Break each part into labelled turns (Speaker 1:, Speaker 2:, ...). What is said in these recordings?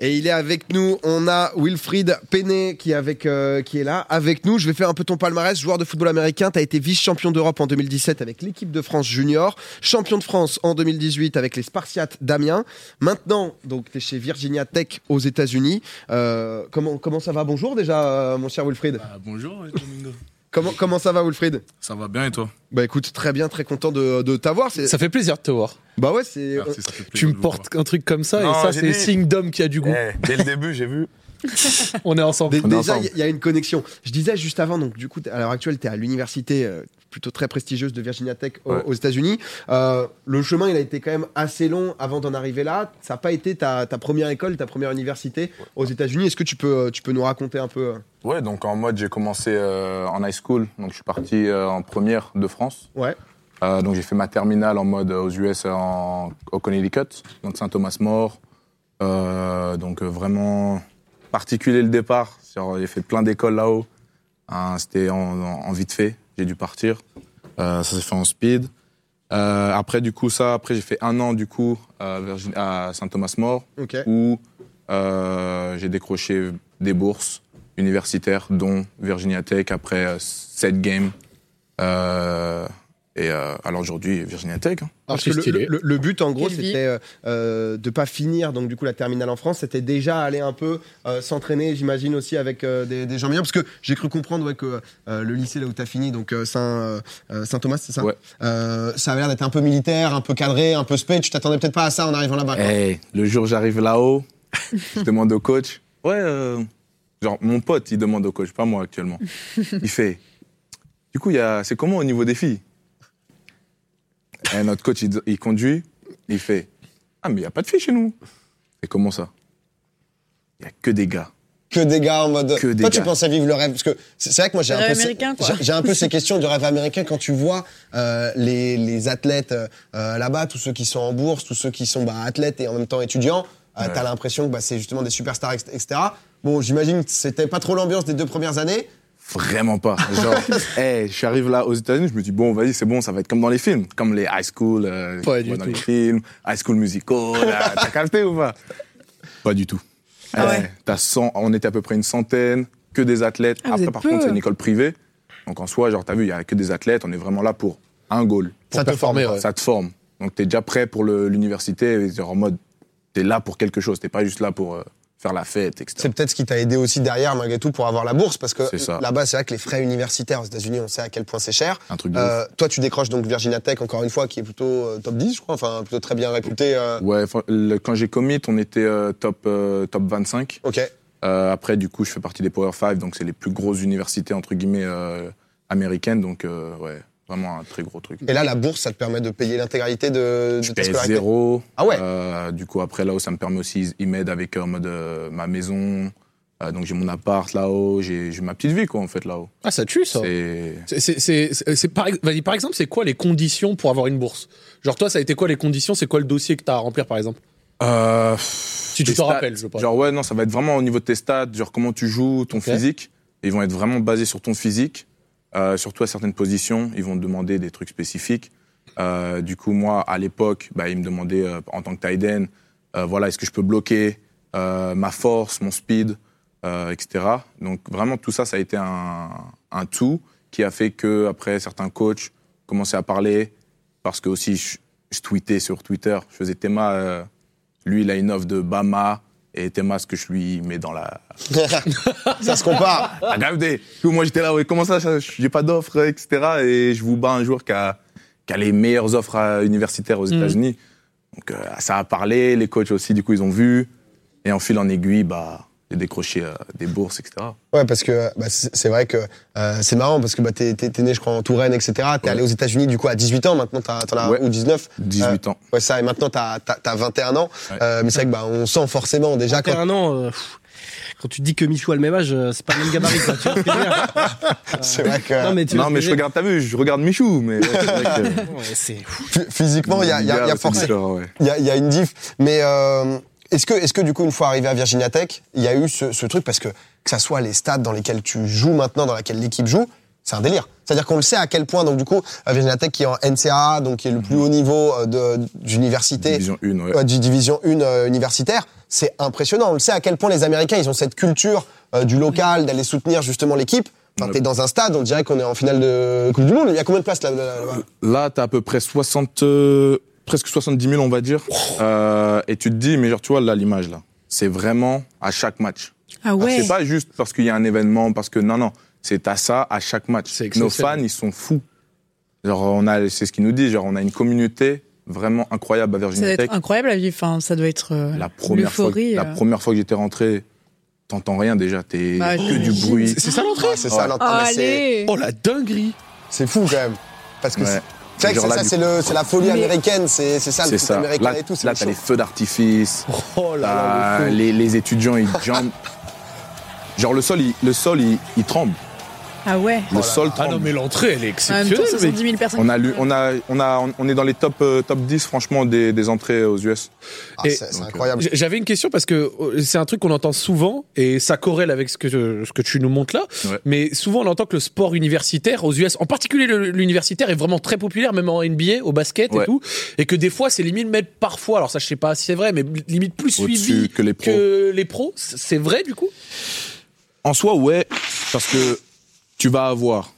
Speaker 1: Et il est avec nous. On a Wilfried Penney qui est, avec, euh, qui est là. Avec nous, je vais faire un peu ton palmarès. Joueur de football américain, tu as été vice-champion d'Europe en 2017 avec l'équipe de France junior. Champion de France en 2018 avec les Spartiates d'Amiens. Maintenant, donc, tu es chez Virginia Tech aux États-Unis. Euh, comment, comment ça va Bonjour déjà, euh, mon cher Wilfried.
Speaker 2: Bah, bonjour, euh, Domingo.
Speaker 1: Comment, comment ça va, Wilfried
Speaker 2: Ça va bien et toi
Speaker 1: Bah écoute, très bien, très content de, de t'avoir. C'est-
Speaker 3: Ça fait plaisir de te voir.
Speaker 1: Bah ouais, c'est.
Speaker 2: Merci, ça fait plaisir
Speaker 3: euh, Tu me
Speaker 2: de vous voir.
Speaker 3: portes un truc comme ça
Speaker 4: Non,
Speaker 3: et ça,
Speaker 4: j'ai
Speaker 3: c'est
Speaker 4: dit-
Speaker 3: signe d'homme qui a du goût.
Speaker 4: Eh, dès le début, j'ai vu. Eh.
Speaker 3: On est ensemble.
Speaker 1: Dé-
Speaker 4: On est
Speaker 1: Déjà,
Speaker 4: ensemble.
Speaker 1: il y a une connexion. Je disais juste avant, donc du coup, t'es- à l'heure actuelle, tu es à l'université euh, plutôt très prestigieuse de Virginia Tech au-
Speaker 4: Ouais.
Speaker 1: aux États-Unis. Euh, le chemin, il a été quand même assez long avant d'en arriver là. Ça n'a pas été ta, ta première école, ta première université aux États-Unis. Est-ce que tu peux, euh, tu peux nous raconter un peu euh,
Speaker 4: Ouais, donc en mode, j'ai commencé euh, en high school. Donc je suis parti euh, en première de France.
Speaker 1: Ouais.
Speaker 4: Euh, donc j'ai fait ma terminale en mode euh, aux US en, au Connecticut, donc Saint-Thomas-More. Euh, donc euh, vraiment particulier le départ. Genre, J'ai fait plein d'écoles là-haut. Hein, C'était en, en- en vite fait. J'ai dû partir. Euh, ça s'est fait en speed. Euh, après du coup ça, après j'ai fait un an du coup à, Virgin- à Saint-Thomas-More.
Speaker 1: Ok.
Speaker 4: où euh, j'ai décroché des bourses universitaires, dont Virginia Tech après euh, sept games. Euh, et euh, alors aujourd'hui, Virginia Tech. hein.
Speaker 1: Parce
Speaker 3: Archi
Speaker 1: que le,
Speaker 3: stylé.
Speaker 1: le- le but, en gros,
Speaker 5: Quelle vie.
Speaker 1: c'était euh, euh, de pas finir donc du coup la terminale en France. C'était déjà aller un peu euh, s'entraîner, j'imagine aussi avec euh, des, des gens bien, parce que j'ai cru comprendre ouais, que euh, le lycée là où t'as fini, donc euh, Saint Saint Thomas, c'est ça.
Speaker 4: Ouais.
Speaker 1: Euh, ça avait l'air d'être un peu militaire, un peu cadré, un peu spé. Tu t'attendais peut-être pas à ça en arrivant là-bas. quoi.
Speaker 4: Hey, Eh, le jour où j'arrive là-haut, je demande au coach. Ouais, euh, genre mon pote, il demande au coach, pas moi actuellement. Il fait. Du coup, il y a- c'est comment au niveau des filles Et notre coach, il, il conduit, il fait. Ah, mais il n'y a pas de filles chez nous. Et comment ça Il n'y a que des gars.
Speaker 6: que des gars en mode.
Speaker 4: Que des
Speaker 6: toi,
Speaker 4: gars.
Speaker 6: tu pensais vivre le rêve parce que c'est c'est vrai que moi j'ai
Speaker 5: Le
Speaker 6: un peu
Speaker 5: rêve
Speaker 6: ces-
Speaker 5: américain, quoi.
Speaker 6: j'ai- j'ai un peu ces questions du rêve américain quand tu vois euh, les, les athlètes euh, euh, là-bas, tous ceux qui sont en bourse, tous ceux qui sont bah, athlètes et en même temps étudiants, euh,
Speaker 4: Ouais.
Speaker 6: t'as l'impression que bah, c'est justement des superstars ex- etc. Bon, j'imagine que c'était pas trop l'ambiance des deux premières années.
Speaker 4: Vraiment pas. Genre, hey, je suis arrivé là aux États-Unis, je me dis, bon, vas-y, c'est bon, ça va être comme dans les films, comme les high school, euh,
Speaker 3: Pas
Speaker 4: qu'on
Speaker 3: du
Speaker 4: voit dans
Speaker 3: tout.
Speaker 4: les films, high school musical, là, t'as capté ou pas Pas du tout.
Speaker 5: Ah
Speaker 4: Eh,
Speaker 5: ouais.
Speaker 4: t'as 100 on était à peu près une centaine, que des athlètes.
Speaker 5: Ah, vous
Speaker 4: Après,
Speaker 5: êtes
Speaker 4: par
Speaker 5: peu.
Speaker 4: contre, c'est une école privée. Donc en soi, genre, t'as vu, il y a que des athlètes, on est vraiment là pour un goal.
Speaker 3: Pour
Speaker 6: Ça te
Speaker 3: performer,
Speaker 6: forme,
Speaker 3: ouais.
Speaker 4: Ça te forme. Donc t'es déjà prêt pour le- l'université, et t'es en mode, t'es là pour quelque chose, t'es pas juste là pour euh, faire la fête, etc.
Speaker 6: C'est peut-être ce qui t'a aidé aussi derrière, malgré tout, pour avoir la bourse, parce que
Speaker 4: C'est ça.
Speaker 6: là-bas, c'est vrai que les frais universitaires aux États-Unis, on sait à quel point c'est cher.
Speaker 4: Un truc de
Speaker 6: Euh, toi, tu décroches donc Virginia Tech, encore une fois, qui est plutôt euh, top 10, je crois, enfin, plutôt très bien réputé. euh,
Speaker 4: Ouais, fin- le- quand j'ai commit, on était euh, top, euh, top 25.
Speaker 6: Ok.
Speaker 4: Euh, après, du coup, je fais partie des Power 5, donc c'est les plus grosses universités, entre guillemets, euh, américaines. Donc, euh, ouais, vraiment un très gros truc.
Speaker 6: Et là, la bourse, ça te permet de payer l'intégralité de, de
Speaker 4: Je
Speaker 6: tes
Speaker 4: paye
Speaker 6: scolarités.
Speaker 4: zéro.
Speaker 6: Ah ouais.
Speaker 4: Euh, du coup, après, là-haut, ça me permet aussi, ils m'aident avec euh, en mode, euh, ma maison. Euh, donc, j'ai mon appart là-haut, j'ai j'ai ma petite vie, quoi, en fait, là-haut.
Speaker 3: Ah, ça tue ça.
Speaker 4: C'est...
Speaker 3: C'est- c'est- c'est- c'est- c'est par, ex- vas-y, par exemple, c'est quoi les conditions pour avoir une bourse Genre, toi, ça a été quoi les conditions C'est quoi le dossier que t'as à remplir, par exemple
Speaker 4: Euh,
Speaker 3: Si tu
Speaker 4: tes
Speaker 3: te
Speaker 4: stats.
Speaker 3: rappelles, je pense.
Speaker 4: Genre, ouais, non, ça va être vraiment au niveau de tes stats, genre comment tu joues, ton
Speaker 3: Ok.
Speaker 4: physique. Ils vont être vraiment basés sur ton physique, euh, surtout à certaines positions. Ils vont te demander des trucs spécifiques. Euh, du coup, moi, à l'époque, bah, ils me demandaient, euh, en tant que tight end, euh, voilà, est-ce que je peux bloquer euh, ma force, mon speed, euh, etc. Donc, vraiment, tout ça, ça a été un, un tout qui a fait que, après, certains coachs commençaient à parler parce que aussi, je, je tweetais sur Twitter, je faisais Théma, euh, lui, il a une offre de Bama, et Théma, ce que je lui mets dans la.
Speaker 6: ça se compare.
Speaker 4: la grave des. Du coup, Moi, j'étais là, ouais, comment ça, ça, j'ai pas d'offre, euh, etc. Et je vous bats un joueur qui a, qui a les meilleures offres euh, universitaires aux États-Unis. Donc, euh, ça a parlé, les coachs aussi, du coup, ils ont vu. Et en fil en aiguille, bah, j'ai décroché euh, des bourses, etc.
Speaker 6: Ouais, parce que bah, c'est c'est vrai que euh, c'est marrant parce que bah, t'es t'es- t'es né, je crois, en Touraine, etc. T'es
Speaker 4: Ouais.
Speaker 6: allé aux États-Unis du coup à 18 ans. Maintenant, t'as- t'en as
Speaker 4: Ouais.
Speaker 6: ou 19.
Speaker 4: 18 ans.
Speaker 6: Ouais, ça. Et maintenant, t'as t'as- t'as 21 ans.
Speaker 4: Ouais.
Speaker 6: Euh, mais c'est vrai que bah, on sent forcément déjà quand.
Speaker 7: un an, euh, pff, quand tu te dis que Michou a le même âge, euh, c'est pas le même gabarit. Quoi, tu vois ce que je veux dire
Speaker 6: C'est vrai que
Speaker 7: Non, mais, tu vois
Speaker 4: non,
Speaker 7: ce que
Speaker 4: mais je
Speaker 7: veux dire
Speaker 4: regarde, t'as vu, je regarde Michou, mais. ouais, c'est vrai que-
Speaker 7: Ouais, c'est-
Speaker 6: ph- physiquement, il y a, il y a- il y a
Speaker 4: c'est
Speaker 6: forcément,
Speaker 4: différent, ouais.
Speaker 6: il y a, il y a une diff. Mais euh, est-ce que, est-ce que du coup, une fois arrivé à Virginia Tech, il y a eu ce, ce truc parce que que ça soit les stades dans lesquels tu joues maintenant, dans lesquels l'équipe joue, c'est un délire. C'est-à-dire qu'on le sait à quel point. Donc du coup, euh, Virginia Tech qui est en NCAA, donc qui est le plus haut niveau euh, de- d'université.
Speaker 4: Division 1, ouais.
Speaker 6: Ouais, du division 1 euh, universitaire. c'est impressionnant. On le sait à quel point les Américains, ils ont cette culture euh, du local, d'aller soutenir justement l'équipe. Quand
Speaker 4: Ouais.
Speaker 6: t'es dans un stade, on dirait qu'on est en finale de Coupe du Monde. Il y a combien de places là, là, là-bas
Speaker 4: Là, t'as à peu près 60, euh, presque 70 000, on va dire. Euh, et tu te dis, mais genre, tu vois, là, l'image, là, c'est vraiment à chaque match.
Speaker 5: Ah
Speaker 4: Alors,
Speaker 5: ouais.
Speaker 4: C'est pas juste parce qu'il y a un événement, parce que non, non, c'est à ça à chaque match.
Speaker 3: C'est
Speaker 4: Nos
Speaker 3: exceptionnel.
Speaker 4: fans, ils sont fous. Genre, on a, c'est ce qu'ils nous disent, genre, on a une communauté vraiment incroyable à
Speaker 5: Ça doit
Speaker 4: Virginia Tech.
Speaker 5: être incroyable la vie. Enfin, ça doit être euh,
Speaker 4: La première fois, que-
Speaker 5: l'euphorie,
Speaker 4: la
Speaker 5: euh.
Speaker 4: première fois que j'étais rentré, t'entends rien déjà, t'es
Speaker 5: Bah,
Speaker 4: que du
Speaker 5: j'imagine.
Speaker 4: bruit.
Speaker 3: C'est ça l'entrée
Speaker 6: Ah, C'est ça,
Speaker 4: Ouais.
Speaker 6: l'entrée.
Speaker 5: Ah,
Speaker 6: Mais c'est-
Speaker 5: allez.
Speaker 3: Oh la dinguerie
Speaker 6: C'est fou quand même. Parce que
Speaker 4: Ouais.
Speaker 6: c'est- c'est vrai que c'est
Speaker 4: Genre là,
Speaker 6: ça,
Speaker 4: du
Speaker 6: c'est
Speaker 4: coup-
Speaker 6: le- c'est la folie
Speaker 5: Mais-
Speaker 6: américaine, c'est c'est ça, le
Speaker 4: C'est
Speaker 6: foot
Speaker 4: ça.
Speaker 6: américain
Speaker 4: Là,
Speaker 6: et tout. c'est
Speaker 4: là,
Speaker 6: le
Speaker 4: t'as
Speaker 6: show.
Speaker 4: les feux d'artifice.
Speaker 3: Oh là là
Speaker 4: Bah,
Speaker 3: le feu.
Speaker 4: les, les étudiants ils jumpent. Genre le sol, il, le sol, il, il tremble.
Speaker 5: Ah ouais.
Speaker 4: Le sol
Speaker 3: Ah
Speaker 4: tremble.
Speaker 3: non mais l'entrée elle est
Speaker 5: En même temps,
Speaker 3: exceptionnelle. mec.
Speaker 5: 70 000 personnes.
Speaker 4: on a lu, on a, on a, on est dans les top, euh, top 10 franchement des, des entrées aux US.
Speaker 6: Ah,
Speaker 3: Et-
Speaker 6: C'est c'est
Speaker 4: Donc,
Speaker 6: incroyable.
Speaker 3: J- J'avais une question parce que euh, c'est un truc qu'on entend souvent et ça corrèle avec ce que, ce que tu nous montres là.
Speaker 4: Ouais.
Speaker 3: Mais souvent on entend que le sport universitaire aux US, en particulier le- l'universitaire, est vraiment très populaire, même en NBA, au basket et
Speaker 4: Ouais.
Speaker 3: tout. Et que des fois c'est limite même parfois, alors ça je sais pas si c'est vrai, mais limite plus suivi
Speaker 4: Au-dessus que les pros.
Speaker 3: que les pros. C- C'est vrai du coup
Speaker 4: En soi, ouais, parce que tu vas avoir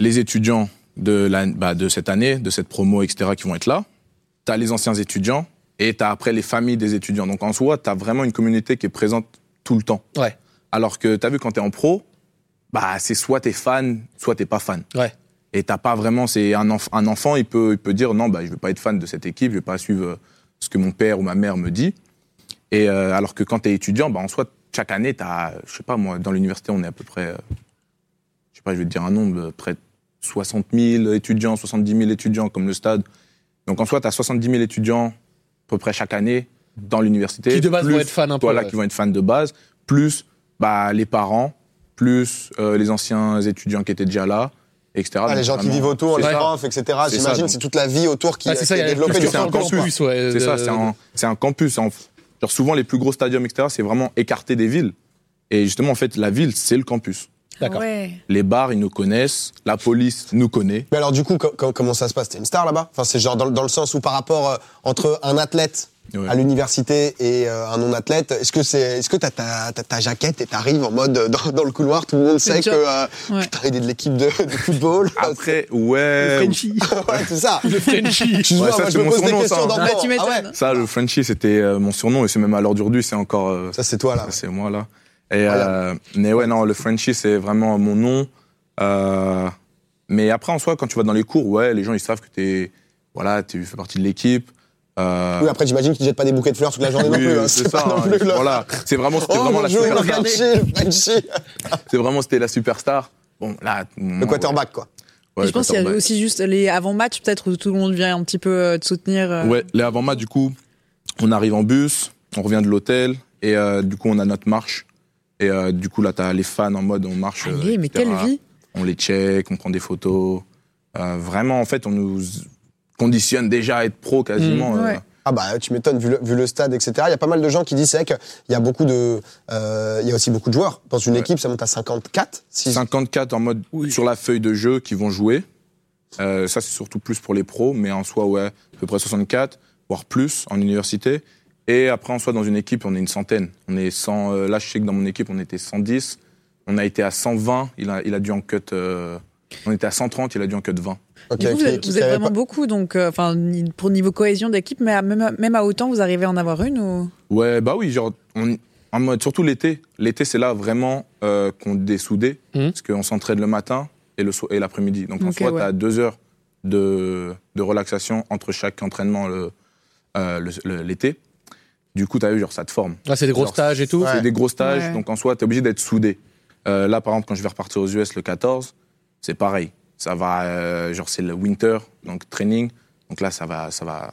Speaker 4: les étudiants de, la, bah, de cette année, de cette promo, etc., qui vont être là. Tu as les anciens étudiants et tu as après les familles des étudiants. Donc en soi, tu as vraiment une communauté qui est présente tout le temps.
Speaker 3: Ouais.
Speaker 4: Alors que tu as vu, quand tu es en pro, bah, c'est soit tu es fan, soit tu pas fan.
Speaker 3: Ouais.
Speaker 4: Et t'as pas vraiment, c'est un, enf- un enfant, il peut, il peut dire non, bah, je veux pas être fan de cette équipe, je vais pas suivre euh, ce que mon père ou ma mère me dit. Et euh, alors que quand t'es étudiant, bah, en soi, chaque année, t'as, euh, je sais pas moi, dans l'université, on est à peu près, euh, je sais pas, je vais te dire un nombre, euh, près de 60 000 étudiants, 70 000 étudiants comme le stade. Donc en soi, t'as 70 000 étudiants à peu près chaque année dans l'université.
Speaker 3: Qui de base
Speaker 4: plus
Speaker 3: vont être fans un peu.
Speaker 4: voilà,
Speaker 3: ouais.
Speaker 4: qui vont être fans de base, plus bah, les parents, plus euh, les anciens étudiants qui étaient déjà là, etc.
Speaker 6: Ah, les
Speaker 4: Donc,
Speaker 6: gens qui
Speaker 4: vraiment,
Speaker 6: vivent autour, les
Speaker 4: c'est ça.
Speaker 6: profs, etc.
Speaker 4: C'est ça,
Speaker 6: J'imagine,
Speaker 4: donc.
Speaker 6: c'est toute la vie autour qui,
Speaker 3: Ah, c'est ça,
Speaker 6: qui
Speaker 3: il y
Speaker 6: est
Speaker 3: a la
Speaker 6: développée.
Speaker 3: culture
Speaker 4: c'est un
Speaker 3: encore
Speaker 4: campus.
Speaker 3: plus, ouais,
Speaker 4: C'est ça,
Speaker 3: de-
Speaker 4: c'est un, c'est un campus. En- genre souvent, les plus gros stadiums, etc., c'est vraiment écarté des villes. Et justement, en fait, la ville, c'est le campus.
Speaker 3: D'accord.
Speaker 5: Ouais.
Speaker 4: Les bars, ils nous connaissent, la police nous connaît.
Speaker 6: Mais alors, du coup, co- co- comment ça se passe T'es une star là-bas Enfin, c'est genre dans, dans le sens où par rapport euh, entre un athlète
Speaker 4: Ouais.
Speaker 6: à E l'université et euh, un non-athlète, est-ce que c'est, est-ce que t'as ta, t'as ta jaquette et t'arrives en mode euh, dans, dans le couloir, tout le monde sait que
Speaker 5: job.
Speaker 6: euh,
Speaker 5: Ouais.
Speaker 6: putain, il est de l'équipe de, de football.
Speaker 4: Après, Ah, ouais.
Speaker 7: Frenchie.
Speaker 6: ouais, c'est ça.
Speaker 3: Le Frenchy.
Speaker 6: Excuse-moi,
Speaker 4: Ouais, ça,
Speaker 6: moi, je
Speaker 4: c'est
Speaker 6: me
Speaker 4: mon
Speaker 6: pose des
Speaker 4: surnom,
Speaker 6: questions
Speaker 4: ça, hein.
Speaker 6: d'enfant.
Speaker 5: Ah, tu
Speaker 6: ouais.
Speaker 5: m'étonnes.
Speaker 4: Ça, le Frenchie, c'était euh, mon surnom et c'est même à l'heure d'aujourd'hui, c'est encore. euh,
Speaker 6: Ça, c'est toi là.
Speaker 4: Ça, c'est moi là. Et, euh, mais ouais, non, le Frenchie, c'est vraiment mon nom. Euh, mais après, en soi, quand tu vas dans les cours, ouais, les gens, ils savent que t'es, voilà, tu fais partie de l'équipe. Euh,
Speaker 6: Oui, après, j'imagine qu'ils jettent pas des bouquets de fleurs toute la journée non
Speaker 4: oui,
Speaker 6: plus. hein.
Speaker 4: c'est ça.
Speaker 6: pas non
Speaker 4: hein.
Speaker 6: plus, là.
Speaker 4: voilà, c'est vraiment, c'était
Speaker 6: Oh,
Speaker 4: vraiment la
Speaker 6: bonjour, le
Speaker 4: superstar.
Speaker 6: Frenchie, le Frenchie.
Speaker 4: C'est vraiment, c'était la superstar. Bon, là,
Speaker 6: Le quarterback, quoi.
Speaker 5: Et je pense qu'il y avait aussi juste les avant-match, peut-être, où tout le monde vient un petit peu euh, te soutenir. euh.
Speaker 4: Ouais, les avant-matchs, du coup, on arrive en bus, on revient de l'hôtel, et euh, du coup, on a notre marche. Et euh, du coup, là, t'as les fans en mode, on marche. euh,
Speaker 5: Allez, mais
Speaker 4: etc.
Speaker 5: quelle vie
Speaker 4: On les check, on prend des photos. Euh, vraiment, en fait, on nous conditionne déjà à être pro quasiment.
Speaker 5: Mmh,
Speaker 4: euh.
Speaker 5: ouais.
Speaker 6: Ah bah tu m'étonnes vu le, vu le stade etc. Il y a pas mal de gens qui disent c'est vrai qu'il y a beaucoup de euh, il y a aussi beaucoup de joueurs dans une
Speaker 4: Ouais.
Speaker 6: équipe ça monte à 54 si
Speaker 4: 54 en mode sur la feuille de jeu qui vont jouer. Euh, ça, c'est surtout plus pour les pros, mais en soi, ouais, à peu près 64, voire plus en université. Et après, en soi, dans une équipe, on est une centaine. On est 100, euh, là, je sais que dans mon équipe, on était 110. On a été à 120. Il a, il a dû en cut. euh, on était à 130, il a dû en cut 20.
Speaker 6: Ok,
Speaker 5: Du coup, vous
Speaker 6: qui-
Speaker 5: êtes,
Speaker 6: qui
Speaker 5: vous êtes
Speaker 6: savait
Speaker 5: vraiment
Speaker 6: pas-
Speaker 5: beaucoup, donc, euh, enfin, ni- pour niveau cohésion d'équipe, mais à- même, à- même à autant, vous arrivez à en avoir une ou
Speaker 4: Ouais, bah oui, genre, on- en mode, surtout l'été. L'été, c'est là vraiment euh, qu'on dessoudait,
Speaker 3: Mhm.
Speaker 4: parce qu'on s'entraide le matin et le so- et l'après-midi. Donc en
Speaker 5: Ok,
Speaker 4: soi,
Speaker 5: ouais.
Speaker 4: t'as deux heures de, de relaxation entre chaque entraînement le- euh, le- le- l'été. Du coup, t'as vu, genre, ça te forme.
Speaker 3: Là Ah, c'est des gros
Speaker 4: Genre,
Speaker 3: stages et tout.
Speaker 4: C'est des gros stages,
Speaker 5: Ouais.
Speaker 4: donc en soi, t'es obligé d'être soudé. Euh, là, par exemple, quand je vais repartir aux US le 14, c'est pareil. Ça va, euh, genre, c'est le winter, donc training. Donc là, ça va, ça va,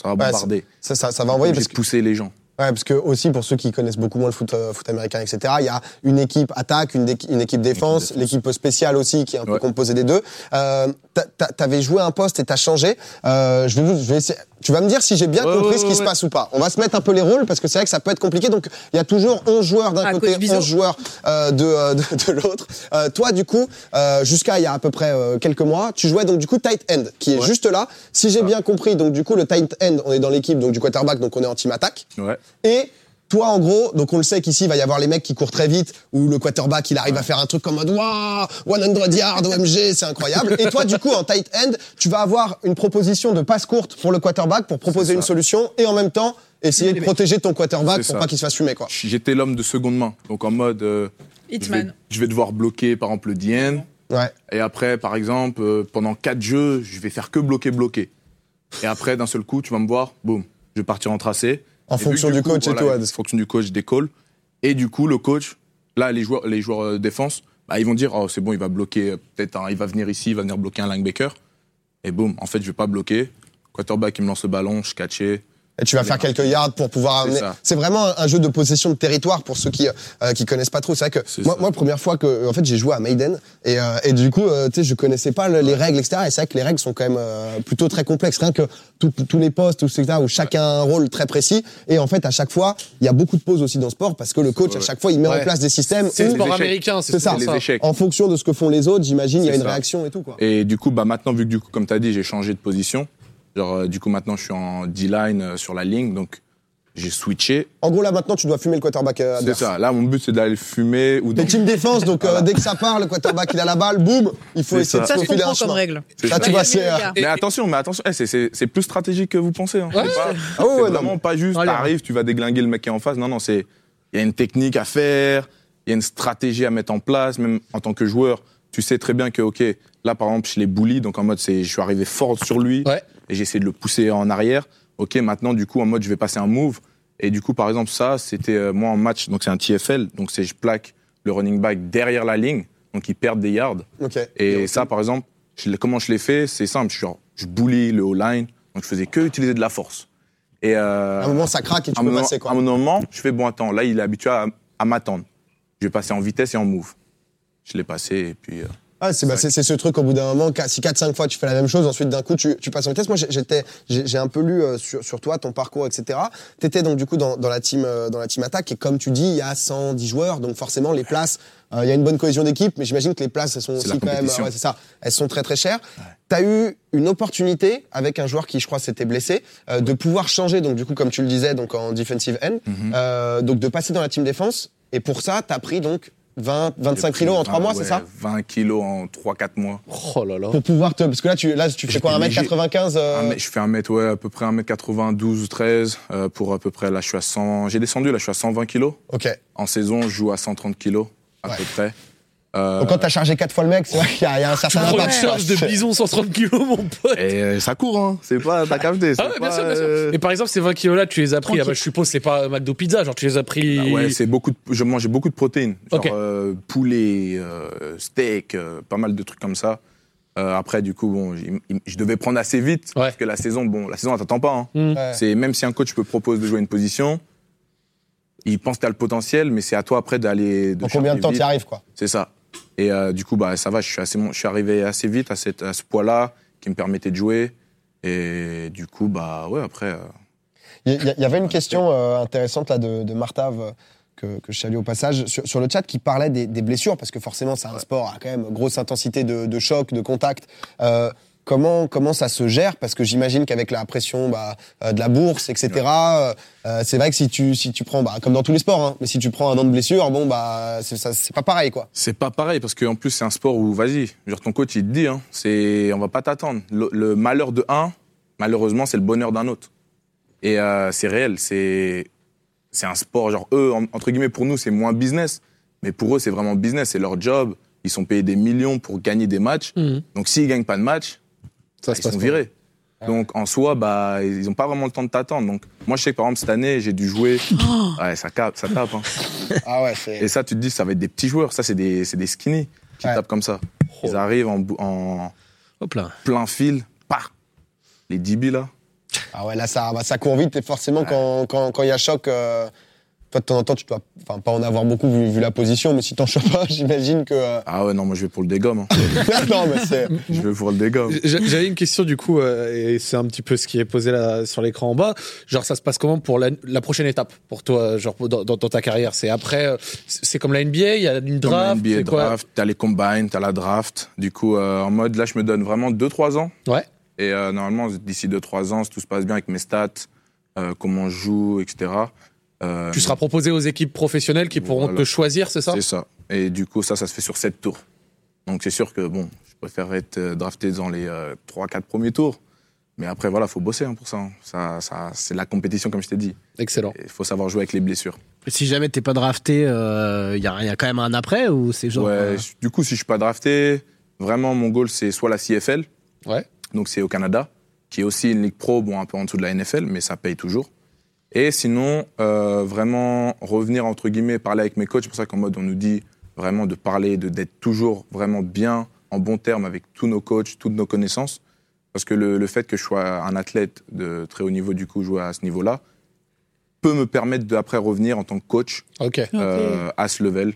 Speaker 4: ça va
Speaker 6: Ouais, c'est-
Speaker 4: bombarder.
Speaker 6: ça, ça, ça va envoyer
Speaker 4: Obligé
Speaker 6: parce
Speaker 4: de
Speaker 6: que,
Speaker 4: pousser les gens.
Speaker 6: ouais, parce que aussi pour ceux qui connaissent beaucoup moins le foot, euh, foot américain etc il y a une équipe attaque une, déqui- une équipe défense
Speaker 4: défense.
Speaker 6: l'équipe spéciale aussi qui est un peu
Speaker 4: Ouais.
Speaker 6: composée des deux euh, t'a- t'a- t'avais joué un poste et t'as changé euh, je vais, vous- je vais essayer- tu vas me dire si j'ai bien
Speaker 4: Ouais,
Speaker 6: compris
Speaker 4: ouais,
Speaker 6: ce qui
Speaker 4: ouais,
Speaker 6: se
Speaker 4: ouais.
Speaker 6: passe ou pas on va se mettre un peu les rôles parce que c'est vrai que ça peut être compliqué donc il y a toujours 11 joueurs d'un
Speaker 5: Ah,
Speaker 6: côté
Speaker 5: coach Bizot.
Speaker 6: 11 joueurs euh, de, euh, de, de l'autre. Euh, toi, du coup, euh, jusqu'à il y a à peu près euh, quelques mois, tu jouais donc du coup tight end, qui est juste là. Si j'ai bien compris, donc du coup le tight end, on est dans l'équipe donc du quarterback, donc on est en team attaque.
Speaker 4: Ouais.
Speaker 6: Et Toi, en gros, donc on le sait qu'ici, il va y avoir les mecs qui courent très vite, ou le quarterback, il arrive à faire un truc comme mode Waouh, 100 yards, OMG, c'est incroyable. Et toi, du coup, en tight end, tu vas avoir une proposition de passe courte pour le quarterback pour proposer une solution et en même temps, essayer de protéger ton quarterback pour
Speaker 4: C'est ça.
Speaker 6: pas qu'il se fasse fumer, quoi.
Speaker 4: J'étais l'homme de seconde main. Donc en mode, euh, je, vais,
Speaker 5: Hitman.
Speaker 4: je vais devoir bloquer par exemple le DN.
Speaker 6: Ouais.
Speaker 4: Et après, par exemple, euh, pendant quatre jeux, je vais faire que bloquer, bloquer. Et après, d'un seul coup, tu vas me voir, boum, je vais partir en tracé.
Speaker 6: En
Speaker 4: Et vu
Speaker 6: fonction
Speaker 4: que
Speaker 6: du
Speaker 4: coup,
Speaker 6: coach et
Speaker 4: voilà,
Speaker 6: tout,
Speaker 4: En fonction du coach, des calls. Et du coup, le coach, là, les joueurs, les joueurs euh, défense, bah, ils vont dire, oh, c'est bon, il va bloquer, euh, peut-être, un- il va venir ici, il va venir bloquer un linebacker. Et boum, en fait, je vais pas bloquer. Quarterback, il me lance le ballon, je catché.
Speaker 6: Et tu vas faire quelques yards pour pouvoir
Speaker 4: C'est
Speaker 6: amener.
Speaker 4: ça.
Speaker 6: C'est vraiment un, un jeu de possession de territoire pour ceux qui euh, qui connaissent pas trop. C'est vrai que
Speaker 4: C'est
Speaker 6: moi,
Speaker 4: ça.
Speaker 6: moi, première fois que en fait j'ai joué à Maiden et, euh, et du coup, euh, tu sais, je connaissais pas le- les règles etc. Et c'est vrai que les règles sont quand même euh, plutôt très complexes. Rien que tout- tous les postes, tout etc. Où chacun a un rôle très précis. Et en fait, à chaque fois, il y a beaucoup de pauses aussi dans le sport parce que le coach à
Speaker 4: Ouais.
Speaker 6: chaque fois il met
Speaker 3: Ouais.
Speaker 6: en place des systèmes.
Speaker 3: C'est le
Speaker 6: où-
Speaker 4: les
Speaker 3: sport
Speaker 4: échecs.
Speaker 3: américain,
Speaker 6: C'est
Speaker 3: c'est
Speaker 6: ça.
Speaker 3: ça.
Speaker 4: les échecs.
Speaker 6: en fonction de ce que font les autres, j'imagine, il y a
Speaker 4: C'est
Speaker 6: une
Speaker 4: ça.
Speaker 6: réaction et tout quoi.
Speaker 4: Et du coup, bah, maintenant, vu que du coup, comme tu as dit, j'ai changé de position. Genre, euh, du coup, maintenant, je suis en D-line euh, sur la ligne, donc j'ai switché.
Speaker 6: En gros, là maintenant, tu dois fumer le quarterback. euh,
Speaker 4: C'est
Speaker 6: adverse.
Speaker 4: ça. Là, mon but, c'est d'aller fumer ou
Speaker 6: T'es
Speaker 4: dans-
Speaker 6: team défense, donc euh, dès que ça part, le quarterback il a la balle, boum, il faut
Speaker 4: C'est
Speaker 6: essayer
Speaker 4: ça.
Speaker 6: de se
Speaker 5: Ça, je
Speaker 6: faufiler
Speaker 5: comprends
Speaker 6: un
Speaker 5: comme
Speaker 6: chemin.
Speaker 5: règle.
Speaker 4: C'est
Speaker 6: Là,
Speaker 4: ça.
Speaker 6: tu vois,
Speaker 5: Bah, il y a
Speaker 6: c'est.
Speaker 5: mille
Speaker 6: euh,
Speaker 5: écarts.
Speaker 4: Mais attention, mais attention, eh, c'est- c'est c'est plus stratégique que vous pensez. Hein. C'est
Speaker 6: Ah
Speaker 4: pas,
Speaker 6: ouais,
Speaker 4: c'est
Speaker 6: ouais, non,
Speaker 4: vraiment pas juste.
Speaker 6: Ah, non.
Speaker 4: T'arrives, tu vas déglinguer le mec qui est en face. Non, non, c'est il y a une technique à faire, il y a une stratégie à mettre en place. Même en tant que joueur, tu sais très bien que ok, là par exemple, je l'ai bully, donc en mode c'est je suis arrivé fort sur lui
Speaker 3: Ouais.
Speaker 4: et j'ai essayé de le pousser en arrière. Ok, maintenant du coup en mode je vais passer un move. Et du coup par exemple ça, c'était euh, moi en match, donc c'est un TFL, donc c'est je plaque le running back derrière la ligne, donc il perd des yards.
Speaker 6: euh, Ok.
Speaker 4: Et ça, par exemple, je l'ai- comment je l'ai fait C'est simple, je, suis en- je bully le O-line, donc je faisais que utiliser de la force. Et euh,
Speaker 6: À un moment, ça craque et Ah tu
Speaker 4: à un
Speaker 6: peux
Speaker 4: moment-
Speaker 6: passer, quoi.
Speaker 4: à un moment, je fais bon, attends, là, il est habitué à, à m'attendre. Je vais passer en vitesse et en move. Je l'ai passé et puis. euh,
Speaker 6: Ah, c'est bah, c'est- c'est ce truc au bout d'un moment, quatre- si 4-5 fois tu fais la même chose, ensuite d'un coup tu, tu passes en vitesse. Moi j'ai- j'étais, j'ai j'ai un peu lu euh, sur, sur toi, ton parcours, etc. T'étais donc du coup dans, dans la team euh, dans la team attaque et comme tu dis, il y a 110 joueurs, donc forcément les places, euh, il y a une bonne cohésion d'équipe, mais j'imagine que les places elles sont aussi
Speaker 4: la
Speaker 6: quand même,
Speaker 4: compétition.
Speaker 6: ouais, c'est ça, elles sont très très chères. T'as eu une opportunité avec un joueur qui je crois s'était blessé euh, de pouvoir changer, donc du coup comme tu le disais, donc en defensive end,
Speaker 4: Mm-hmm.
Speaker 6: euh, donc de passer dans la team défense. Et pour ça, t'as pris donc 20, 25
Speaker 4: j'ai
Speaker 6: kilos en
Speaker 4: pris
Speaker 6: 3 mois,
Speaker 4: ouais,
Speaker 6: c'est ça
Speaker 4: 20 kilos en 3-4 mois.
Speaker 3: Oh là là.
Speaker 6: pour pouvoir te parce que là tu là tu fais quoi
Speaker 4: J'étais
Speaker 6: 1m95
Speaker 3: Ah,
Speaker 4: Un
Speaker 6: euh,
Speaker 4: mètre- je fais un mètre, ouais, à peu près 1m92 ou 13 euh, pour à peu près, là, je suis à 100. J'ai descendu, là, je suis à 120 kilos.
Speaker 6: OK.
Speaker 3: Euh,
Speaker 4: En saison, je joue à 130 kilos, à
Speaker 6: Ouais.
Speaker 4: peu près. Euh,
Speaker 6: Donc quand t'as chargé quatre fois le mec, c'est vrai qu'il y, a il y a un certain
Speaker 3: Prends une
Speaker 6: impact. quoi.
Speaker 3: charge de bison 130 kilos, mon pote.
Speaker 4: Et euh, ça court, hein. C'est pas, t'as capté. c'est
Speaker 3: Ah ouais, bien
Speaker 4: pas,
Speaker 3: sûr, bien
Speaker 4: euh,
Speaker 3: sûr. Et par exemple, ces 20 kilos-là, tu les as pris.
Speaker 5: Tranquille.
Speaker 3: Ah bah, je suppose, c'est pas McDo Pizza, genre tu les as pris.
Speaker 4: bah ouais, c'est beaucoup. De, je mangeais beaucoup de protéines, genre
Speaker 3: Ok.
Speaker 4: euh, poulet, euh, steak, euh, pas mal de trucs comme ça. Euh, après, du coup, bon, j'ai- je devais prendre assez vite
Speaker 3: Ouais.
Speaker 4: parce que la saison, bon, la saison, elle t'attend pas. hein.
Speaker 3: Hmm.
Speaker 6: Ouais.
Speaker 4: C'est même si un coach peut propose de jouer une position, il pense que t'as le potentiel, mais c'est à toi après d'aller.
Speaker 6: En combien de temps
Speaker 4: chercher
Speaker 6: t'y
Speaker 4: vite.
Speaker 6: arrives quoi
Speaker 4: C'est ça. Et euh, du coup, bah, ça va, je suis, assez, mon- je suis arrivé assez vite à, cette, à ce poids-là qui me permettait de jouer. Et du coup, bah ouais, après. euh,
Speaker 6: Il y, il y- il y avait une question euh, intéressante là de, de Martave euh, que, que je salue au passage sur, sur le chat qui parlait des, des blessures parce que forcément c'est un sport à quand même grosse intensité de, de choc, de contact. Euh, Comment, comment ça se gère Parce que j'imagine qu'avec la pression bah, euh, de la bourse, etc., euh, euh, c'est vrai que si tu, si tu prends, bah, comme dans tous les sports, hein, mais si tu prends un an de blessure, bon, bah, c'est ça- c'est pas pareil, quoi.
Speaker 4: C'est pas pareil parce qu'en plus c'est un sport où vas-y, genre ton coach il te dit, hein, c'est on va pas t'attendre. Le, le malheur de un, malheureusement c'est le bonheur d'un autre. Et euh, c'est réel, c'est c'est un sport genre eux en- entre guillemets pour nous c'est moins business, mais pour eux c'est vraiment business, c'est leur job. Ils sont payés des millions pour gagner des matchs.
Speaker 3: Mhm.
Speaker 4: Donc s'ils gagnent pas de match,
Speaker 3: Ça
Speaker 4: ils sont virés. Donc en soi, bah, ils n'ont pas vraiment le temps de t'attendre. Donc moi, je sais que par exemple cette année, j'ai dû jouer. Ouais, ça tape, ça tape. hein.
Speaker 6: Ah ouais, c'est.
Speaker 4: Et ça, tu te dis, ça va être des petits joueurs. Ça, c'est des, c'est des skinny qui
Speaker 6: Ouais.
Speaker 4: tapent comme ça. Ils arrivent en, bou- en
Speaker 7: Hop là.
Speaker 4: plein fil, pas les DB là.
Speaker 6: Ah ouais, là, ça, bah, ça court vite et forcément, quand il quand, quand il y a choc, euh, toi, de temps en temps, tu dois enfin, pas en avoir beaucoup vu, vu la position, mais si t'en chopes pas, j'imagine que. euh,
Speaker 4: Ah ouais, non, moi je vais pour le dégomme. hein.
Speaker 6: non, mais c'est.
Speaker 4: je vais pour le dégomme.
Speaker 3: J'a- J'avais une question du coup, euh, et c'est un petit peu ce qui est posé là sur l'écran en bas. Genre, ça se passe comment pour la, la prochaine étape pour toi, euh, genre pour- dans, dans- dans ta carrière C'est après, euh, c'est c'est comme la NBA, il y a une
Speaker 4: Comme la
Speaker 3: draft,
Speaker 4: NBA
Speaker 3: c'est quoi
Speaker 4: draft, t'as les combines, t'as la draft. Du coup, euh, en mode là, je me donne vraiment 2-3 ans.
Speaker 3: Ouais.
Speaker 4: Et euh, normalement, d'ici 2-3 ans, si tout se passe bien avec mes stats, euh, comment je joue, etc., Euh,
Speaker 3: Tu seras proposé aux équipes professionnelles qui pourront
Speaker 4: Voilà.
Speaker 3: te choisir, c'est ça
Speaker 4: C'est ça. Et du coup, ça, ça se fait sur 7 tours. Donc c'est sûr que, bon, je préfère être euh, drafté dans les 3-4 premiers tours. Mais après, voilà, faut bosser hein, pour ça. hein. ça, ça c'est la compétition, comme je t'ai dit.
Speaker 3: Excellent.
Speaker 4: Il faut savoir jouer avec les blessures.
Speaker 7: Si jamais t'es pas drafté, il y, a, y a quand même un après ou c'est genre.
Speaker 4: ouais,
Speaker 7: euh,
Speaker 4: je- du coup, si je suis pas drafté, vraiment, mon goal, c'est soit la CFL,
Speaker 3: Ouais.
Speaker 4: donc c'est au Canada, qui est aussi une ligue pro, bon, un peu en dessous de la NFL, mais ça paye toujours. Et sinon, euh, vraiment revenir, entre guillemets, parler avec mes coachs. C'est pour ça qu'en mode, on nous dit vraiment de parler, de- d'être toujours vraiment bien, en bon terme, avec tous nos coachs, toutes nos connaissances. Parce que le, le fait que je sois un athlète de très haut niveau, du coup, jouer à ce niveau-là, peut me permettre d'après revenir en tant que coach
Speaker 3: Ok.
Speaker 4: euh, à ce level.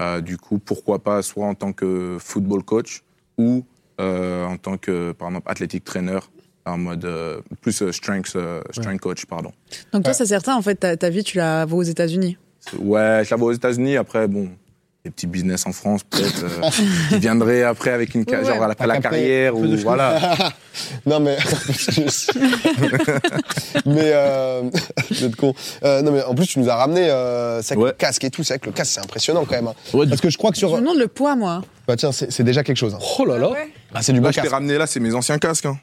Speaker 4: Euh, du coup, pourquoi pas soit en tant que football coach ou euh, en tant que, par exemple, athletic trainer, en mode euh, plus euh, strength, euh, strength coach, pardon.
Speaker 5: Donc toi,
Speaker 4: Euh,
Speaker 3: Ouais.
Speaker 5: c'est certain, en fait, ta, ta vie, tu la vois aux États-Unis.
Speaker 4: Ouais, je la vois aux États-Unis. Après, bon, des petits business en France, peut-être, euh, qui viendraient après avec une, ca-
Speaker 5: Ouais,
Speaker 4: genre
Speaker 5: ouais.
Speaker 4: après la
Speaker 6: Après,
Speaker 4: carrière ou voilà.
Speaker 6: non mais mais euh... vous êtes con. Euh, non mais en plus tu nous as ramené euh, c'est avec
Speaker 4: Ouais.
Speaker 6: le casque et tout, c'est avec le casque c'est impressionnant quand même. hein.
Speaker 7: Ouais,
Speaker 6: Parce que je crois que
Speaker 5: Je me
Speaker 6: sur
Speaker 5: demande le poids, moi.
Speaker 6: bah tiens c'est c'est déjà quelque chose. hein.
Speaker 3: Oh là là.
Speaker 5: Ouais.
Speaker 6: Ah, c'est du bon
Speaker 4: Moi, je t'ai
Speaker 6: casque.
Speaker 4: ramené là, c'est mes anciens casques. hein.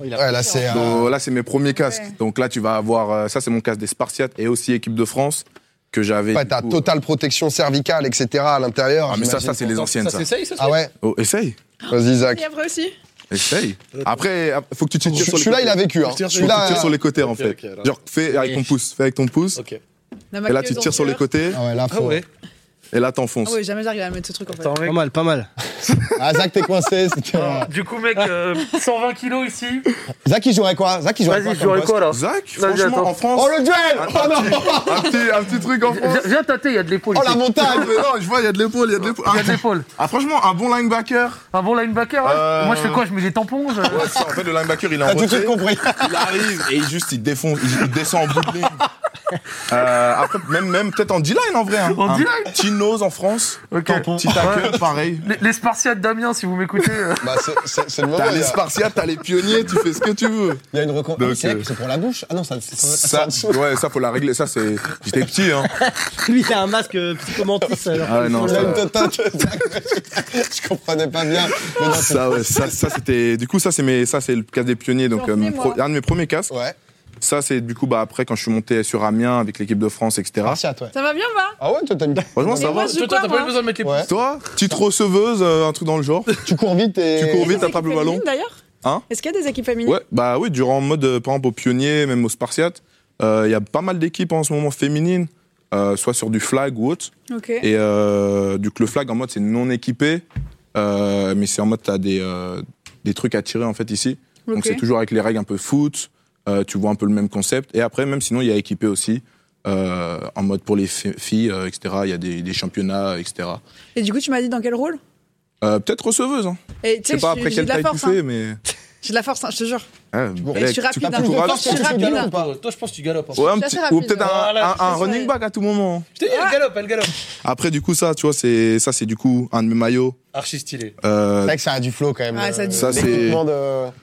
Speaker 6: Ouais, là c'est euh,
Speaker 4: Donc, là, c'est mes premiers casques.
Speaker 5: Ouais.
Speaker 4: Donc là, tu vas avoir. euh, ça, c'est mon casque des Spartiates et aussi équipe de France que j'avais.
Speaker 6: ouais,
Speaker 4: du
Speaker 6: t'as
Speaker 4: coup, euh,
Speaker 6: totale protection cervicale etc à l'intérieur.
Speaker 4: Ah, mais ça,
Speaker 6: j'imagine.
Speaker 4: ça, c'est les anciennes, ça.
Speaker 3: s'essaye, ça se
Speaker 6: ah ouais
Speaker 4: Oh, essaye.
Speaker 6: vas-y Zach.
Speaker 5: Et après aussi
Speaker 4: Essaye. Après, ap- faut que tu te tires sur les
Speaker 6: Celui-là
Speaker 4: côtés.
Speaker 6: il a vécu. Hein.
Speaker 3: Je tire sur-
Speaker 4: Faut que tu
Speaker 6: Celui-là.
Speaker 4: tires sur les côtés, en
Speaker 3: Ok,
Speaker 4: fait.
Speaker 3: ok, alors.
Speaker 4: Genre, fais avec ton pouce. Fais avec ton pouce.
Speaker 3: Ok.
Speaker 4: Et là, tu tires sur les côtés.
Speaker 6: Ah ouais là
Speaker 3: Ah
Speaker 6: faut.
Speaker 3: ouais.
Speaker 4: Et là, t'enfonces.
Speaker 5: Ah oui, jamais j'arrive à mettre ce truc en fait.
Speaker 7: Pas mal, pas mal.
Speaker 6: Ah Zach t'es coincé. c'est que-
Speaker 8: Du coup, mec, euh, 120 kilos ici.
Speaker 6: Zach il jouerait quoi Zach il jouerait
Speaker 8: Vas-y,
Speaker 6: quoi
Speaker 8: je
Speaker 6: comme
Speaker 8: jouerais
Speaker 6: poste
Speaker 8: quoi là
Speaker 4: Zach,
Speaker 8: Vas-y,
Speaker 4: franchement,
Speaker 8: attends.
Speaker 4: en France.
Speaker 6: Oh le duel Oh non
Speaker 4: un, petit, un petit truc en France.
Speaker 8: Viens- Viens tâter, il y a de l'épaule.
Speaker 6: Oh
Speaker 8: ici.
Speaker 6: la montagne
Speaker 4: Ah, mais non, je vois, il y a de l'épaule, il y a de l'épaule.
Speaker 8: Il y a de l'épaule.
Speaker 4: Ah, franchement, un bon linebacker.
Speaker 8: Un bon linebacker, ouais.
Speaker 4: Euh.
Speaker 8: Moi, je fais quoi Je mets des tampons je-
Speaker 4: Ouais, c'est ça, en fait, le linebacker, il est en
Speaker 6: T'as tout de suite
Speaker 4: retrait.
Speaker 6: compris.
Speaker 4: Il arrive et il juste, il défonce, il il descend en bout de ligne. Euh, après, même, même peut-être en D-line en vrai. hein.
Speaker 8: En
Speaker 4: Un
Speaker 8: D-line
Speaker 4: Petit nose en France.
Speaker 8: Ok.
Speaker 4: Petit tackle, pareil.
Speaker 8: Les, les Spartiates, Damien, si vous m'écoutez. euh,
Speaker 3: Ah
Speaker 6: Bah, c'est- c'est c'est le moment.
Speaker 4: T'as
Speaker 6: il y
Speaker 4: les
Speaker 6: a-
Speaker 4: Spartiates, t'as les pionniers, tu fais ce que tu veux.
Speaker 6: Il y a une
Speaker 4: Donc,
Speaker 6: reconnaissance.
Speaker 4: euh,
Speaker 6: C'est pour la bouche Ah non, ça. ça- ça-
Speaker 4: Ça, ouais, ça faut la régler. Ça, c'est. J'étais petit, hein.
Speaker 7: Lui, t'as un masque euh, psychomantis. alors.
Speaker 4: Ah ouais, non,
Speaker 6: Il a
Speaker 4: ça.
Speaker 6: une totale. Je comprenais pas bien. Mais non, c'est-
Speaker 4: Ça, ouais, ça, ça, c'était. Du coup, ça, c'est mes... ça, c'est le casque des pionniers. Donc,
Speaker 5: J'en
Speaker 4: euh, mon
Speaker 5: fais, moi.
Speaker 4: pro- un de mes premiers casques.
Speaker 6: Ouais.
Speaker 4: Ça, c'est du coup, bah, après, quand je suis monté sur Amiens avec l'équipe de France, etc.
Speaker 6: Martiat, ouais.
Speaker 5: Ça va bien, va
Speaker 6: Ah ouais, toi, t'as une.
Speaker 4: Franchement,
Speaker 5: Mais
Speaker 4: ça
Speaker 5: moi,
Speaker 4: va.
Speaker 5: je
Speaker 3: Toi,
Speaker 5: joue
Speaker 3: toi, t'as
Speaker 5: quoi,
Speaker 3: pas eu
Speaker 5: moi
Speaker 3: besoin de mettre les
Speaker 6: Ouais.
Speaker 4: Toi, petite receveuse, euh, un truc dans le genre.
Speaker 6: Tu cours vite et.
Speaker 4: Tu cours vite.
Speaker 5: Des
Speaker 4: attrape le
Speaker 5: équipes
Speaker 4: ballon.
Speaker 5: féminines, D'ailleurs
Speaker 4: Hein
Speaker 5: Est-ce qu'il y a des équipes féminines
Speaker 4: Ouais, bah oui, durant en mode, euh, par exemple, aux pionniers, même aux Spartiates, euh, il y a pas mal d'équipes en ce moment féminines, euh, soit sur du flag ou autre.
Speaker 5: Ok.
Speaker 4: Et euh, du coup, le flag en mode c'est non équipé, euh, mais c'est en mode t'as des euh, des trucs à tirer en fait ici.
Speaker 5: Ok.
Speaker 4: Donc c'est toujours avec les règles un peu foot. euh, tu vois un peu le même concept. Et après, même sinon, il y a équipé aussi. euh, en mode pour les fi- filles, euh, etc. Il y a des, des championnats, etc.
Speaker 5: Et du coup, tu m'as dit dans quel rôle
Speaker 4: Euh, Peut-être receveuse. Hein.
Speaker 5: Et
Speaker 4: Je
Speaker 5: tu
Speaker 4: sais
Speaker 5: sais,
Speaker 4: pas
Speaker 5: j'ai-
Speaker 4: après
Speaker 5: j'ai
Speaker 4: quelle
Speaker 5: de la
Speaker 4: taille tu
Speaker 5: force. hein.
Speaker 4: fais, mais.
Speaker 5: J'ai de la force, hein, je te jure.
Speaker 4: Ah,
Speaker 5: Et je
Speaker 4: mec,
Speaker 5: suis
Speaker 4: tu-
Speaker 5: rapide.
Speaker 4: tu cours
Speaker 5: hein.
Speaker 4: rapide.
Speaker 5: Je suis rapide. hein.
Speaker 3: Toi, je pense que tu galopes.
Speaker 4: Ouais, un
Speaker 5: Je suis
Speaker 4: petit-
Speaker 5: assez
Speaker 4: ou
Speaker 5: rapide.
Speaker 4: peut-être un,
Speaker 3: Voilà,
Speaker 4: un-
Speaker 3: je
Speaker 4: un
Speaker 5: sais,
Speaker 4: running
Speaker 5: ouais.
Speaker 4: back à tout moment.
Speaker 3: Je t'ai dit, elle galope, elle galope.
Speaker 4: Après, du coup, ça, tu vois, c'est ça, c'est du coup un de mes maillots.
Speaker 3: Archi stylé.
Speaker 4: Euh,
Speaker 6: C'est vrai que ça a du flow quand même. euh,
Speaker 5: Ah, ça a du-
Speaker 4: Ça, c'est-
Speaker 6: L'équipement de.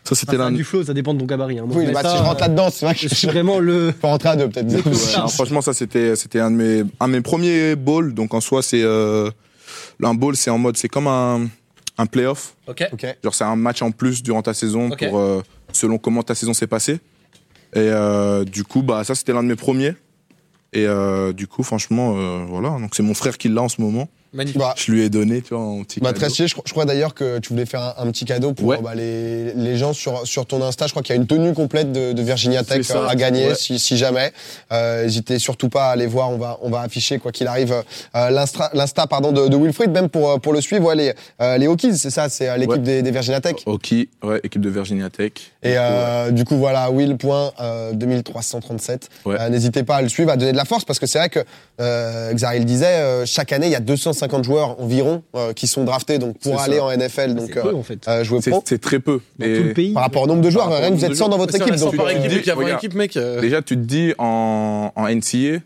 Speaker 4: ça, c'était
Speaker 7: Enfin,
Speaker 4: l'un.
Speaker 7: du flow, ça dépend de ton gabarit. hein. Moi,
Speaker 6: Oui,
Speaker 7: mais
Speaker 6: bah,
Speaker 7: ça,
Speaker 6: si je rentre
Speaker 7: euh,
Speaker 6: là-dedans, c'est vrai que
Speaker 7: Je suis
Speaker 6: je
Speaker 7: vraiment le.
Speaker 6: peux rentrer à deux, peut-être.
Speaker 4: Ouais, non, franchement, ça c'était c'était un de mes un de mes premiers balls. Donc en soi, c'est euh, un ball, c'est en mode, c'est comme un un playoff.
Speaker 3: Ok.
Speaker 6: Ok.
Speaker 4: Genre c'est un match en plus durant ta saison
Speaker 3: Ok.
Speaker 4: pour euh, selon comment ta saison s'est passée. Et euh, du coup, bah ça c'était l'un de mes premiers. Et euh, du coup, franchement, euh, voilà. Donc c'est mon frère qui l'a en ce moment.
Speaker 3: Magnifique.
Speaker 6: Bah,
Speaker 4: Je lui ai donné, tu vois, en petit.
Speaker 6: Bah,
Speaker 4: cadeau.
Speaker 6: très stylé. Je, crois- je crois d'ailleurs que tu voulais faire un, un petit cadeau pour
Speaker 4: Ouais.
Speaker 6: euh, bah, les, les gens sur, sur ton Insta. Je crois qu'il y a une tenue complète de, de Virginia
Speaker 4: C'est
Speaker 6: Tech
Speaker 4: ça.
Speaker 6: euh, à gagner
Speaker 4: Ouais.
Speaker 6: si, si jamais. Euh, N'hésitez surtout pas à aller voir. On va, on va afficher, quoi qu'il arrive, euh, l'Insta l'Insta, pardon de, de Wilfried, même pour, euh, pour le suivre. Ouais, les, euh, les Hokies, c'est ça, c'est euh, l'équipe
Speaker 4: Ouais.
Speaker 6: des, des Virginia Tech.
Speaker 4: Hockey, ouais, équipe de Virginia Tech.
Speaker 6: Et euh, du coup, voilà, euh, Will.2337.
Speaker 4: Ouais.
Speaker 6: Euh, N'hésitez pas à le suivre, à donner de la force, parce que c'est vrai que, euh, Xari le disait, euh, chaque année, il y a 250 joueurs environ euh, qui sont draftés donc pour
Speaker 4: C'est
Speaker 6: aller
Speaker 4: ça.
Speaker 6: en NFL, donc
Speaker 7: C'est peu,
Speaker 6: euh,
Speaker 7: en fait.
Speaker 6: euh, jouer
Speaker 4: C'est-
Speaker 6: pro.
Speaker 4: c'est très peu.
Speaker 7: Dans
Speaker 4: Et-
Speaker 7: tout le pays.
Speaker 6: Par rapport au nombre de joueurs,
Speaker 4: rapport au
Speaker 6: rien que vous
Speaker 4: nombre
Speaker 6: êtes
Speaker 4: de
Speaker 6: 100 dans
Speaker 4: joueurs.
Speaker 6: votre équipe.
Speaker 3: donc,
Speaker 6: Donc,
Speaker 3: par
Speaker 6: euh,
Speaker 3: équipe,
Speaker 4: dis-
Speaker 3: vu qu'il y a vraiment
Speaker 4: regarde.
Speaker 3: équipe, mec. euh,
Speaker 4: Déjà, tu te dis en, en NCA,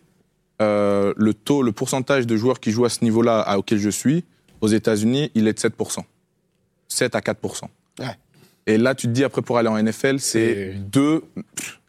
Speaker 4: euh, le taux, le pourcentage de joueurs qui jouent à ce niveau-là à- auquel je suis, aux États-Unis, il est de 7%. 7 à 4%.
Speaker 6: Ouais.
Speaker 4: Et là, tu te dis après pour aller en NFL, c'est
Speaker 3: C'est-
Speaker 4: 2,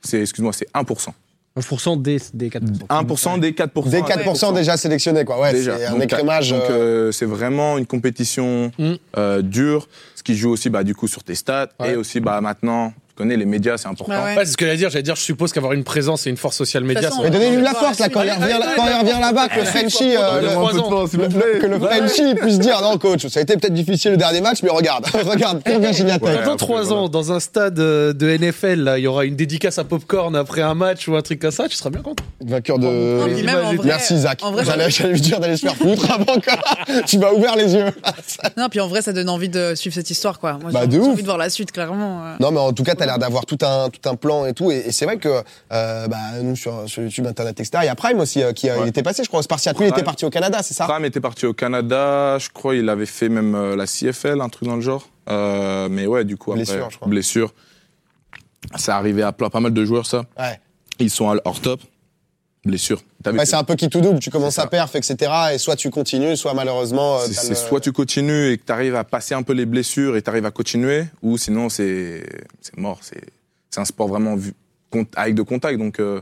Speaker 4: c'est, excuse-moi, c'est 1%.
Speaker 7: 1% des, des 4%.
Speaker 4: 1% des 4%.
Speaker 6: Des
Speaker 4: à
Speaker 6: 4% déjà sélectionnés, quoi. Ouais,
Speaker 4: Déjà.
Speaker 6: c'est un
Speaker 4: Donc,
Speaker 6: écrémage.
Speaker 4: Donc
Speaker 6: euh,
Speaker 4: euh, c'est vraiment une compétition
Speaker 3: Mm.
Speaker 4: euh, dure, ce qui joue aussi bah, du coup sur tes stats
Speaker 3: Ouais.
Speaker 4: et aussi bah, maintenant, tu connais les médias, c'est important.
Speaker 5: Bah ouais.
Speaker 3: Ouais, c'est ce que j'allais dire. J'allais dire, je suppose qu'avoir une présence et une force sociale
Speaker 5: De
Speaker 3: média,
Speaker 5: toute façon,
Speaker 3: ça-
Speaker 6: Mais
Speaker 4: euh,
Speaker 6: donnez-lui de la
Speaker 5: Ouais,
Speaker 6: force, là, quand il
Speaker 5: ouais,
Speaker 6: revient,
Speaker 5: ouais,
Speaker 6: quand il
Speaker 5: ouais,
Speaker 6: revient là-bas, que le Frenchie, euh,
Speaker 3: Ouais,
Speaker 6: le-
Speaker 3: ouais.
Speaker 6: que le Frenchie puisse dire, non, coach, ça a été peut-être difficile le dernier match, mais regarde, regarde, que revient Gignatek.
Speaker 4: Ouais.
Speaker 3: Dans
Speaker 4: après,
Speaker 3: 3
Speaker 4: voilà.
Speaker 3: ans, dans un stade euh, de NFL, là, il y aura une dédicace à Popcorn après un match ou un truc comme ça, tu seras bien content.
Speaker 6: Vainqueur de.
Speaker 4: Euh,
Speaker 5: Non, mais même en vrai-
Speaker 6: Merci Zach.
Speaker 5: en vrai,
Speaker 6: J'allais
Speaker 5: ça-
Speaker 6: j'allais lui dire d'aller se faire foutre avant que tu m'as ouvert les yeux.
Speaker 5: Non, puis en vrai, ça donne envie de suivre cette histoire, quoi. Moi,
Speaker 6: Bah,
Speaker 5: j'ai
Speaker 6: de
Speaker 5: envie
Speaker 6: ouf.
Speaker 5: de voir la suite, clairement. euh.
Speaker 6: Non, mais en tout cas, t'as l'air d'avoir tout un, tout un plan et tout. Et, et c'est vrai que euh, bah, nous, sur, sur YouTube, Internet, etc., il y a Prime aussi euh, qui euh,
Speaker 4: Ouais.
Speaker 6: il était passé, je crois. Spartiate, lui, il était
Speaker 4: Prime.
Speaker 6: parti au Canada, c'est ça
Speaker 4: Ram était parti au Canada, je crois il avait fait même euh, la CFL, un truc dans le genre. Euh, mais ouais, du coup, après,
Speaker 6: Blessure, je crois.
Speaker 4: blessure. Ça arrivait à pla- pas mal de joueurs, ça.
Speaker 6: Ouais.
Speaker 4: Ils sont à- hors top. Blessure. T'as vu,
Speaker 6: Ouais, c'est un peu qui tout double. Tu commences
Speaker 4: C'est
Speaker 6: à
Speaker 4: ça.
Speaker 6: perf, etc. Et soit tu continues, soit malheureusement. euh,
Speaker 4: C'est
Speaker 6: t'as
Speaker 4: c'est
Speaker 6: le-
Speaker 4: soit tu continues et que tu arrives à passer un peu les blessures et tu arrives à continuer, ou sinon c'est c'est mort. C'est c'est un sport vraiment vu- con- avec de contact, donc euh,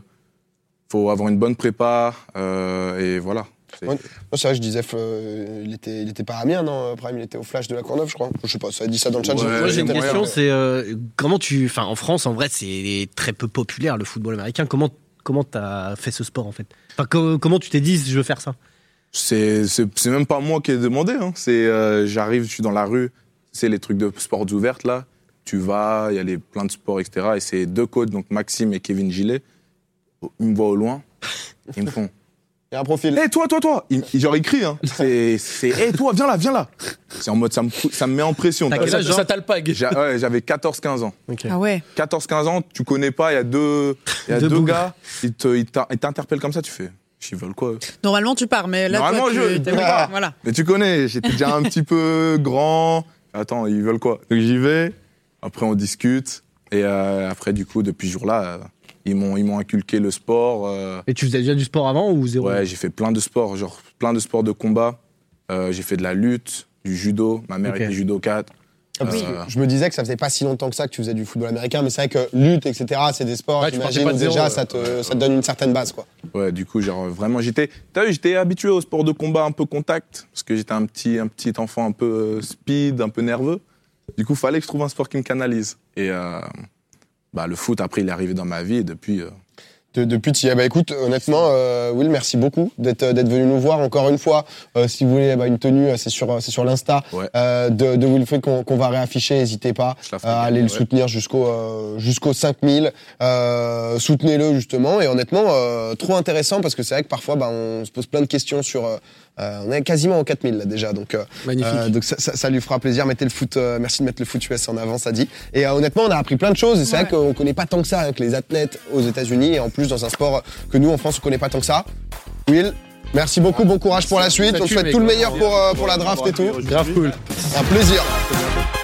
Speaker 4: faut avoir une bonne prépa euh, et voilà. C'est-
Speaker 6: Ouais. Non, c'est vrai, je disais, euh, il était, il était pas à Amiens, non euh, Prime, il était au Flash de la Courneuve, je crois. Je sais pas, ça a dit ça dans le chat.
Speaker 4: Ouais,
Speaker 7: Moi, j'ai une
Speaker 4: c'est moyen,
Speaker 7: question,
Speaker 4: ouais.
Speaker 7: c'est euh, comment tu. Enfin, en France, en vrai, c'est très peu populaire le football américain. Comment comment t'as fait ce sport en fait Enfin, co- comment tu t'es dit je veux faire ça
Speaker 4: C'est c'est c'est même pas moi qui ai demandé. Hein. C'est euh, j'arrive, je suis dans la rue, c'est les trucs de sports ouvertes là. Tu vas, il y a les, plein de sports, etc. Et c'est deux coachs, donc Maxime et Kevin Gillet. Ils me voient au loin, ils me font.
Speaker 6: Il y a un profil.
Speaker 4: Hé, toi, toi, toi il, il- Genre, il crie, hein. C'est. Hé, toi, viens là, viens là C'est en mode, ça me, fou- ça me met en pression.
Speaker 7: T'as
Speaker 4: quoi.
Speaker 6: Ah,
Speaker 7: quel
Speaker 3: Ça,
Speaker 7: âge,
Speaker 3: ça t'alpague.
Speaker 4: J'a- ouais, J'avais 14-15 ans.
Speaker 5: Ah ouais.
Speaker 4: 14-15 ans, tu connais pas, il y a deux, il y a
Speaker 7: Deux
Speaker 4: deux,
Speaker 7: bougres.
Speaker 4: gars, ils te- ils t'in- ils t'interpellent comme ça, tu fais. Ils veulent quoi eux
Speaker 5: Normalement, tu pars, mais là,
Speaker 4: Normalement,
Speaker 5: toi, tu-
Speaker 4: je-
Speaker 5: t'as-
Speaker 4: Ah.
Speaker 5: voilà.
Speaker 4: Mais tu connais, j'étais déjà un petit peu grand. Attends, ils veulent quoi Donc j'y vais, après on discute. Et euh, après, du coup, depuis ce jour-là, euh, ils m'ont ils m'ont inculqué le sport. euh,
Speaker 7: Et tu faisais déjà du sport avant ou zéro
Speaker 4: Ouais, j'ai fait plein de sports, genre plein de sports de combat. Euh, j'ai fait de la lutte, du judo. Ma mère
Speaker 7: Ok.
Speaker 4: était judo 4. Euh,
Speaker 6: Je me disais que ça faisait pas si longtemps que ça que tu faisais du football américain, mais c'est vrai que lutte, etc., c'est des sports,
Speaker 3: Ouais, tu
Speaker 6: j'imagine,
Speaker 3: partais pas de
Speaker 6: où déjà,
Speaker 3: zéro, euh,
Speaker 6: ça,
Speaker 3: ouais.
Speaker 6: te, ça te donne une certaine base, quoi.
Speaker 4: ouais, du coup, genre vraiment, j'étais. T'as vu, j'étais habitué au sport de combat un peu contact, parce que j'étais un petit, un petit enfant un peu euh, speed, un peu nerveux. Du coup, fallait que je trouve un sport qui me canalise. Et euh, bah, le foot, après, il est arrivé dans ma vie, et depuis. euh,
Speaker 6: De- depuis, tu y es. bah écoute, honnêtement, euh, Will, merci beaucoup d'être euh, d'être venu nous voir encore une fois. Euh, si vous voulez bah, une tenue, euh, c'est sur euh, c'est sur l'insta
Speaker 4: Ouais.
Speaker 6: euh, de, de Wilfried qu'on qu'on va réafficher. N'hésitez pas euh,
Speaker 4: Je la ferai
Speaker 6: à aller
Speaker 4: gagner,
Speaker 6: le
Speaker 4: ouais.
Speaker 6: soutenir jusqu'au euh, jusqu'au 5000. Euh, Soutenez-le justement. Et honnêtement, euh, trop intéressant parce que c'est vrai que parfois, bah, on se pose plein de questions sur. euh, euh, on est quasiment au 4000 là déjà, donc euh,
Speaker 3: Magnifique.
Speaker 6: euh, donc ça, ça- ça lui fera plaisir. Mettez le foot. euh, merci de mettre le foot US en avant, ça dit. Et euh, honnêtement, on a appris plein de choses. Et c'est vrai
Speaker 5: Ouais.
Speaker 6: qu'on connaît pas tant que ça avec les athlètes aux États-Unis et en plus dans un sport que nous en France on connaît pas tant que ça. Will. Merci beaucoup, bon courage pour la suite.
Speaker 3: Ça
Speaker 6: On te
Speaker 3: tue,
Speaker 6: souhaite
Speaker 3: mec,
Speaker 6: tout le
Speaker 3: ouais.
Speaker 6: meilleur pour, euh, pour la draft et tout.
Speaker 3: Grave cool.
Speaker 6: Un plaisir.
Speaker 4: c'est bien.